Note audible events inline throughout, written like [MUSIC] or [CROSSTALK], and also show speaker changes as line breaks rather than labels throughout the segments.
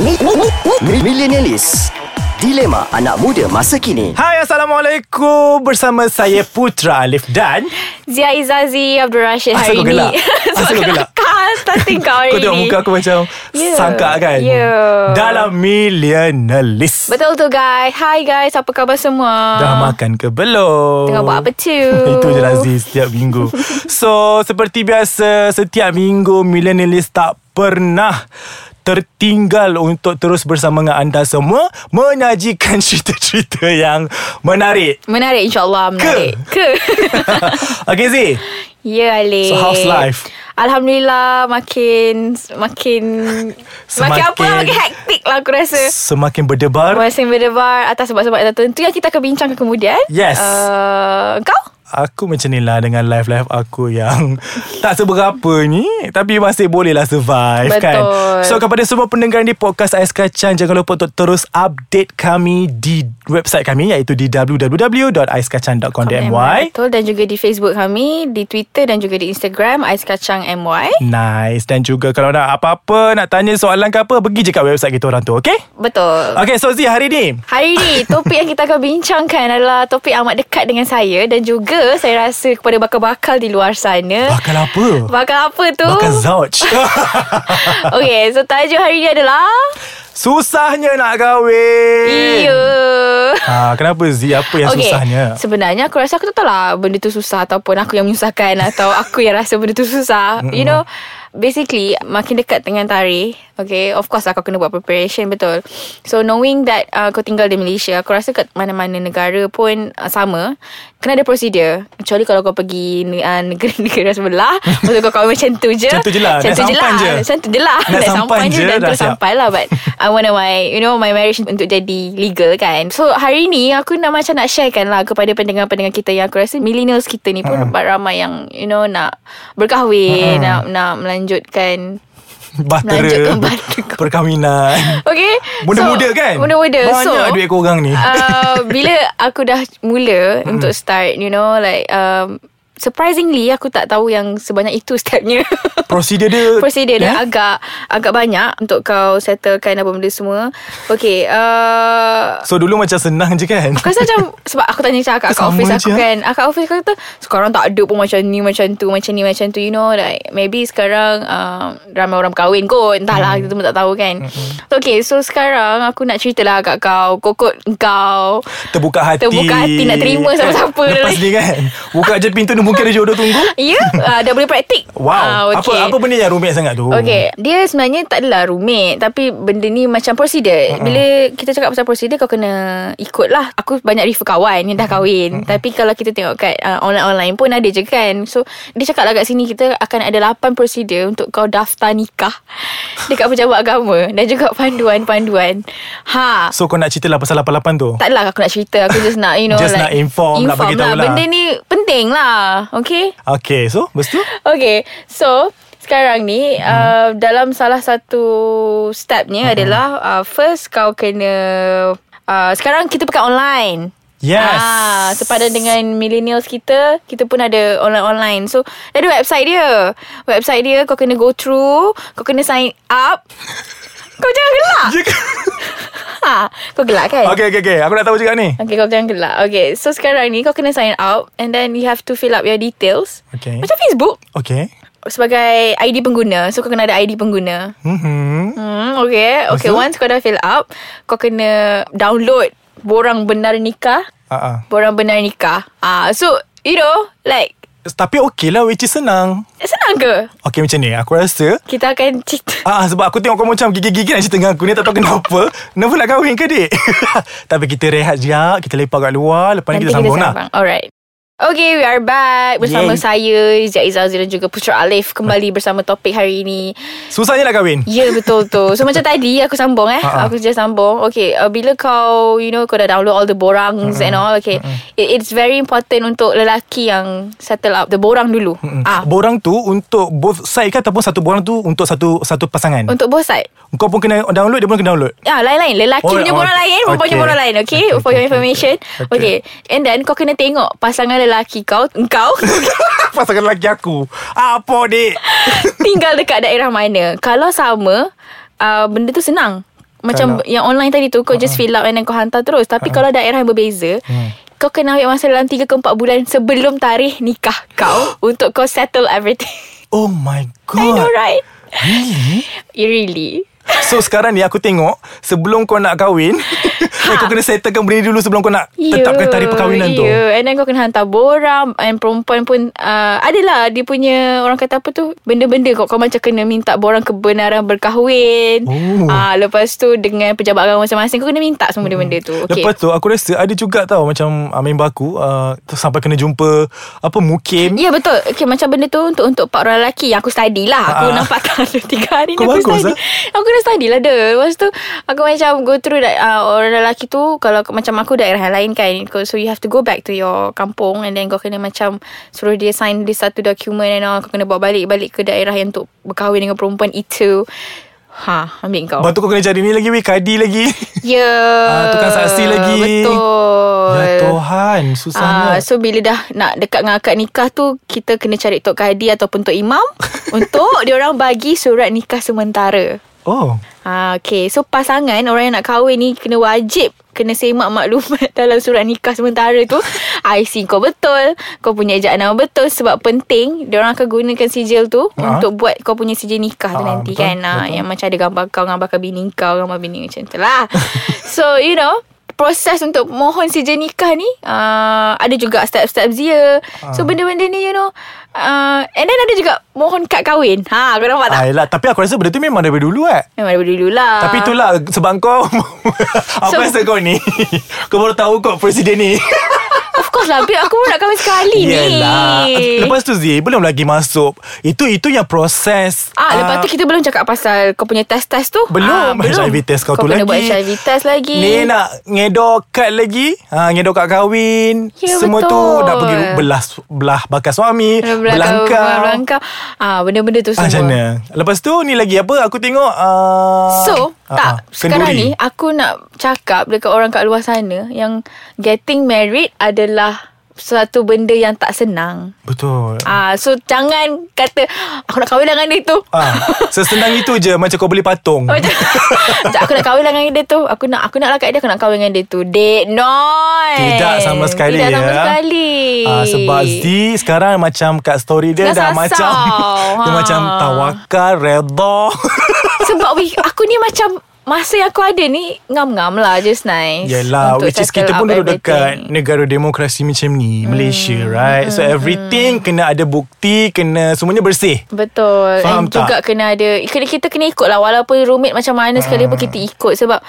Mi- mi- mi- mi- Millenialis Dilema anak muda masa kini
Hai Assalamualaikum Bersama saya Putra Alif dan
Zia Izazi Abdul Rashid
Asal kau
hari ni [LAUGHS]
gelak?
Sebab
Asal kau gelak?
Kau starting kau hari
Kau tengok
ni
muka aku macam
Ya.
Sangka kan
Ya.
Dalam Millenialis
Betul tu guys Hai guys Apa khabar semua
Dah makan ke belum?
Tengah buat apa tu
[LAUGHS] Itu je Razzie setiap
[LAUGHS]
minggu So seperti biasa Setiap minggu Millennialist tak pernah tertinggal untuk terus bersama dengan anda semua menyajikan [LAUGHS] cerita-cerita yang menarik. [LAUGHS]
Menarik insyaAllah Menarik Ke,
okay Zee,
Ya Ali
So, how's life?
Alhamdulillah Makin Makin Makin apa lah,
Semakin-
Makin hektik lah aku rasa
semakin berdebar.
Masing berdebar Atas sebab-sebab tertentu Yang kita akan bincangkan kemudian
Yes.
uh, Kau?
Aku macam ni lah dengan life-life aku yang [LAUGHS] tak seberapa ni. Tapi masih boleh lah survive
Betul.
kan. So kepada semua pendengar di podcast Ais Kacang. Jangan lupa untuk terus update kami di website kami. Iaitu di www.aiskacang.com.my
Betul dan juga di Facebook kami, di Twitter dan juga di Instagram Ais Kacang MY.
Nice. Dan juga kalau nak apa-apa, nak tanya soalan ke apa, pergi je kat website kita orang tu, okay?
Betul.
Okay, so Zee hari ni.
Hari ni topik yang kita akan bincangkan adalah topik amat dekat dengan saya dan juga saya rasa kepada bakal-bakal di luar sana.
Bakal apa?
Bakal apa tu?
Bakal
[LAUGHS]
zauj. [LAUGHS]
Okay, so tajuk hari ni adalah
Susahnya nak kahwin.
Iya.
Ha, kenapa Zee? Apa yang okay.
Okey,
susahnya?
Sebenarnya aku rasa aku tak tahu lah Benda tu susah Ataupun aku
[LAUGHS]
yang menyusahkan Atau aku yang rasa benda tu susah You know Basically Makin dekat dengan tarikh Okay Of course lah kau kena buat preparation Betul So knowing that uh, Kau tinggal di Malaysia Aku rasa kat mana-mana negara pun uh, Sama Kena ada prosedur Kecuali kalau kau pergi ne- uh, Negeri-negeri sebelah [LAUGHS] Untuk kau kahwin macam tu je
Macam tu je lah, naik
Macam tu Ya. je
sampan
lah
je.
Macam tu je lah
Naik
Naik
sampan
sampan je
je,
Dan
dah
terus
siap.
sampai sampai lah But I want my You know my marriage Untuk jadi legal kan So hari ni Aku nak macam nak sharekan lah Kepada pendengar-pendengar kita Yang aku rasa Millennials kita ni pun Dapat ramai yang You know nak Berkahwin Nak nak melanjutkan
Batera
Melanjutkan batera.
Perkahwinan
Okay
Muda-muda
so,
kan
Muda-muda
Banyak
so,
duit korang ni
uh,
[LAUGHS]
Bila aku dah mula Untuk start You know like um, Surprisingly Aku tak tahu yang Sebanyak itu stepnya [LAUGHS]
Prosedur dia
prosedur
Eh?
dia agak agak banyak untuk kau settlekan apa benda semua. Okay, uh,
So dulu macam senang je kan
Aku rasa
[LAUGHS]
macam Sebab aku tanya macam Akak kat
Sama
office aku
je.
kan Akak office aku kata Sekarang tak ada pun macam ni Macam tu Macam ni macam tu You know like Maybe sekarang uh, Ramai orang kahwin kot Entahlah
Hmm.
Kita pun tak tahu kan So okay So sekarang Aku nak ceritalah kat kau Kokot
[LAUGHS]
kau
Terbuka hati
Terbuka hati nak terima siapa-siapa lah.
Eh, Lepas
dalam-
ni kan Buka je pintu ni Mungkin ada jodoh tunggu
Ya yeah? uh, Dah boleh praktik
Wow
Ah, okay.
Apa apa benda yang rumit sangat tu
Okay Dia sebenarnya tak adalah roommate Tapi benda ni macam prosedur uh-uh. Bila kita cakap pasal prosedur Kau kena ikut lah Aku banyak refer kawan Yang dah kahwin uh-uh. Tapi kalau kita tengok kat uh, Online-online pun ada je kan So dia cakap lah kat sini Kita akan ada 8 prosedur Untuk kau daftar nikah [LAUGHS] Dekat pejabat agama Dan juga panduan-panduan Ha
So kau nak cerita lah Pasal 88 tu
tak adalah aku nak cerita Aku just nak you know
Just
like,
nak inform lah, bagi tahu lah.
Benda ni penting lah Okay
Okay so Lepas
[LAUGHS]
tu
Okay So sekarang ni hmm. uh, dalam salah satu stepnya hmm. adalah uh, first kau kena uh, sekarang kita pakai online.
Yes.
Ah, sepadan dengan millennials kita, kita pun ada online-online. So, ada website dia. Website dia kau kena go through, kau kena sign
[LAUGHS]
up. kau jangan gelak.
Je ke-
ha, kau gelak kan?
Okay okay okay Aku nak tahu juga ni
Okay kau jangan gelak Okay so sekarang ni Kau kena sign up And then you have to fill up your details
Okay.
Macam Facebook
Okay
sebagai ID pengguna. So kau kena ada ID pengguna.
mm-hmm.
Hmm, okay. Okay,
Lepas tu?
once kau dah fill up, kau kena download borang benar nikah.
uh-uh.
Borang benar nikah. Ah, so you know, like
Tapi okay lah Which is senang
senang ke?
Okay macam ni Aku rasa
Kita akan [LAUGHS] cerita.
Ah sebab aku tengok kau macam gigi-gigi nak cerita dengan aku ni tak tahu kenapa. Kenapa nak kahwin ke dik? [LAUGHS] Tapi kita rehat sekejap, kita lepak kat luar, lepas ni kita sambung lah.
Alright. Okay, we are back
Yay.
bersama saya, Izzat Izzazil dan juga Putra Alif kembali bersama topik hari ini.
Susahnya nak kahwin.
Ya betul tu So macam tadi Aku sambung eh
Ha, ha.
uh-huh. Aku just sambung Okay uh, Bila kau You know Kau dah download all the borangs uh-huh. And all Okay uh-huh. It, It's very important Untuk lelaki yang Settle up The borang dulu uh-huh.
Hmm.
ah,
Borang tu untuk both side ke ataupun satu borang tu untuk satu satu pasangan.
Untuk both side
Kau pun kena download, dia pun kena
[LAUGHS]
download.
Ah, lain-lain Lelaki
Oh,
punya
oh,
borang lain Perempuan punya
okay.
borang lain Okay,
Okay,
For your
okay,
information okay.
okay. Okay.
And then kau kena tengok Pasangan lelaki kau Engkau
[LAUGHS] pasangan lelaki aku. Apa dik?
Tinggal dekat daerah mana Kalau sama uh, Benda tu senang Macam
Tak nak.
yang online tadi tu Kau uh-huh. just fill up And then kau hantar terus Tapi uh-huh. kalau daerah yang berbeza
Ha. Hmm.
Kau kena ambil masa dalam 3 ke 4 bulan Sebelum tarikh nikah kau
[GASPS]
Untuk kau settle everything [LAUGHS]
Oh my god.
I know right
Really?
You really
So sekarang ni aku tengok Sebelum kau nak
[LAUGHS]
kahwin ha. Kau kena settlekan benda ni dulu Sebelum kau nak
Ya,
Tetapkan tarikh perkahwinan tu
yeah. ya. And then kau kena hantar borang And perempuan pun uh, Adalah dia punya Orang kata apa tu Benda-benda kau, kau macam kena minta borang kebenaran berkahwin
Oh.
uh, Lepas tu dengan pejabat agama masing-masing Kau kena minta semua benda-benda tu
Okay.
okay.
Lepas tu aku rasa ada juga tau Macam uh, member aku uh, tu Sampai kena jumpa Apa mukim
Ya betul okay, Macam benda tu Untuk untuk pak orang lelaki Yang aku study lah Aku
Ah.
nampak tak ada Tiga hari ni
Kau
aku
bagus, ah.
study Aku dah study lah dia Lepas tu Aku macam go through that, uh, Orang lelaki tu Kalau aku- macam aku daerah lain kan kau- So you have to go back to your kampung And then kau kena macam Suruh dia sign This satu document And all Kau kena bawa balik-balik ke daerah Yang untuk berkahwin dengan perempuan itu Ha ambil kau
Lepas tu kau kena cari ni lagi weh Kadi lagi
Ya
Ah, tukang saksi lagi.
[LAUGHS] Betul
Ya Tuhan Susahnya
Ah, so bila dah nak dekat dengan akad nikah tu kita kena cari tok kadi ataupun tok imam untuk diorang bagi surat nikah sementara.
Oh
Ah okay. So pasangan orang yang nak kahwin ni kena wajib kena semak maklumat [LAUGHS] dalam surat nikah sementara
[LAUGHS]
tu IC kau betul Kau punya ejaan nama betul Sebab penting Diorang akan gunakan sijil tu
Ah.
Untuk buat kau punya sijil nikah tu
Ah,
nanti
betul,
kan Ah,
betul.
Yang macam ada gambar kau Gambar kau bini kau Gambar bini macam tu
[LAUGHS]
lah So you know Proses untuk mohon sijil nikah ni uh, Ada juga step-step dia
Ah.
So benda-benda ni you know uh, And then ada juga Mohon kad kahwin Ha kau nampak tak?
ah, yelah. Tapi aku rasa benda tu memang daripada dulu eh
Memang daripada dulu lah
Tapi itulah sebab kau [LAUGHS] Aku
So-
rasa kau ni [LAUGHS] Kau baru tahu kau presiden ni
Of course lah Babe aku pun nak kahwin sekali ni
Lepas tu Zee Belum lagi masuk Itu itu yang proses
Ah, lepas tu kita belum cakap pasal kau punya test-test tu.
belum,
ah,
HIV test kau,
kau
tu
kena
lagi
buat HIV test lagi.
Ni nak ngedok kad lagi ha, Ngedok kad kahwin
Ya,
Semua
betul.
tu Dah pergi belah, belah bakar suami
Belangkau.
Belangkau
Belangkau. Ah, benda-benda tu
Ah,
semua.
Macam mana Lepas tu ni lagi apa Aku tengok uh,
So tak Sekarang ni Aku nak cakap Dekat orang kat luar sana Yang Getting married Adalah Satu benda yang tak senang
Betul
Ah, So jangan Kata "Ah, Aku nak kahwin dengan dia tu
ah, Sesenang itu je Macam kau beli patung [LAUGHS]
Macam Oh, Sekejap, aku nak kahwin lah dengan dia tu Aku nak aku nak lah kat dia Aku nak kahwin dengan dia tu Date not
Tidak sama sekali
Tidak
ya.
sama sekali
Ah, sebab Z sekarang macam kat story dia
Dah
dah,
sasau.
macam dia
Ha.
macam tawakal, [LAUGHS] redha.
Sebab we, aku ni macam Masa yang aku ada ni Ngam-ngam lah Just nice
Yelah
Untuk
Which is
settle
kita pun
up
duduk
everything. Hmm,
dekat Negara demokrasi macam ni Malaysia right So everything Kena ada bukti Kena Semuanya bersih
Betul
Faham
And
tak?
juga kena ada kena, Kita kena ikut lah Walaupun roommate macam mana
Ah.
sekalipun Kita ikut sebab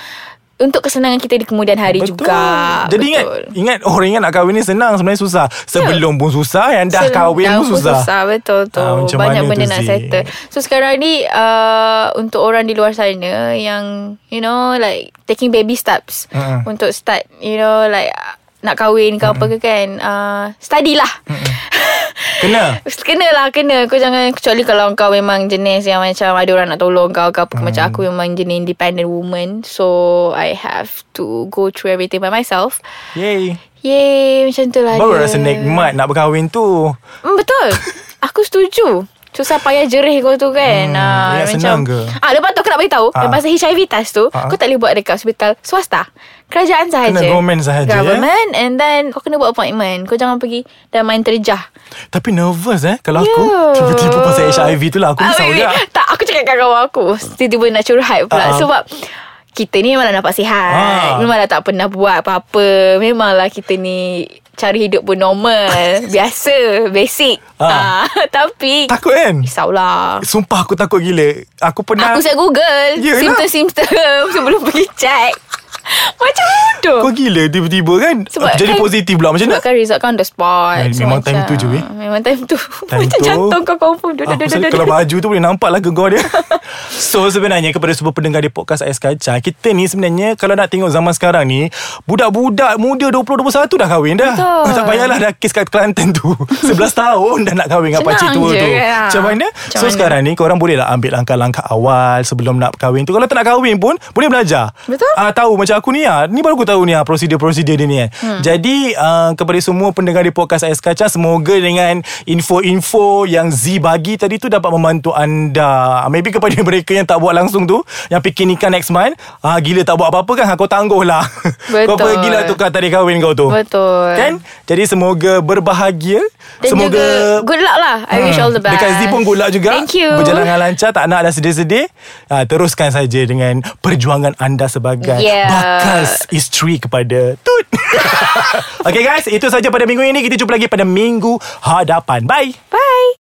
Untuk kesenangan kita di kemudian hari juga
Jadi ingat
Betul.
Ingat oh, orang yang nak kahwin ni Senang sebenarnya susah Sebelum pun susah Yang dah
Sel-
kahwin
dah
pun susah,
susah Betul tu
Ah,
ha,
macam
Banyak
mana
benda
tu,
nak
Zee?
settle So sekarang ni uh, Untuk orang di luar sana Yang You know Like Taking baby steps
Mm-mm.
Untuk start You know Like uh, Nak kahwin ke apa ke kan uh, Study lah [LAUGHS]
Kena
Kena lah kena Kau jangan Kecuali kalau kau memang jenis Yang macam ada orang nak tolong kau ke apa hmm. Macam aku memang jenis independent woman So I have to go through everything by myself
Yay
Yeay Macam tu lah
Baru
dia.
rasa nikmat Nak berkahwin tu
Hmm, betul.
[LAUGHS]
Aku setuju. Susah payah jerih kau tu kan.
Hmm,
Ah,
ingat senang ke?
Ah, lepas tu aku nak beritahu.
Ah.
Ah. Lepas HIV test tu,
Ah.
ah. kau tak boleh buat dekat hospital swasta. Kerajaan sahaja.
government sahaja, eh?
Government and then kau kena buat appointment. Kau jangan pergi dan main terjah.
Tapi nervous eh Kalau aku
Ya.
Tiba-tiba pasal HIV tu lah Aku
Ah,
risau
wait,
juga
wait. Tak aku cakap kat kawan aku Tiba-tiba nak curhat pula
Ah, ah.
Sebab kita ni memanglah nampak sihat
Ah.
Memanglah tak pernah buat apa-apa Memanglah kita ni Cari hidup pun
[LAUGHS]
normal Biasa Basic
Ah.
ah. [LAUGHS] Tapi
Takut kan
Risaulah
Sumpah aku takut gila Aku pernah
Aku saya google
Yelah.
Simptom-simptom [LAUGHS] Sebelum pergi check Macam bodoh
Kau gila tiba-tiba kan
Sebab
Jadi
kan-
positif pula macam mana
Sebab kan result kan on the spot
Eh, memang time
macam-
tu je, weh.
Memang time tu
Time
[LAUGHS] Macam
tu-
jantung kau confirm
Ah, pasal Kalau baju tu boleh nampak lah gegor dia [LAUGHS] So sebenarnya kepada semua pendengar di podcast AIS Kacang Kita ni sebenarnya kalau nak tengok zaman sekarang ni Budak-budak muda 20-21 dah kahwin dah
Betul.
Ah, Tak payahlah dah kes kat Kelantan tu [LAUGHS] 11 tahun dah nak kahwin dengan
Senang
pakcik tua
je
tu
kan, ah.
Macam mana?
Macam
so
mana?
sekarang ni korang boleh lah ambil langkah-langkah awal Sebelum nak kahwin tu Kalau tak nak kahwin pun boleh belajar
Betul.
Ah, Tahu macam aku ni ah, ni baru aku tahu ni ah prosedur-prosedur dia ni eh. Hmm. Jadi uh, kepada semua pendengar di podcast AIS Kacang semoga dengan info-info yang Z bagi tadi tu dapat membantu anda. Ah, Maybe kepada [LAUGHS] mereka yang tak buat langsung tu, yang fikir nikah next month, ah gila tak buat apa-apa kan, ah, kau tangguh lah. [LAUGHS] kau
Betul.
pergi lah tukar tarik kahwin kau tu.
Betul.
Kan? Jadi semoga berbahagia.
Dan
semoga Ah.
juga good luck lah. I wish all the best.
Dekat Z pun good luck juga
Thank you.
Berjalan dengan lancar Tak nak dah sedih-sedih ha, Teruskan saja dengan Perjuangan anda sebagai
Yeah.
Bakal isteri kepada Tut [LAUGHS] Okay guys Itu saja pada minggu ini Kita jumpa lagi pada minggu hadapan Bye
Bye.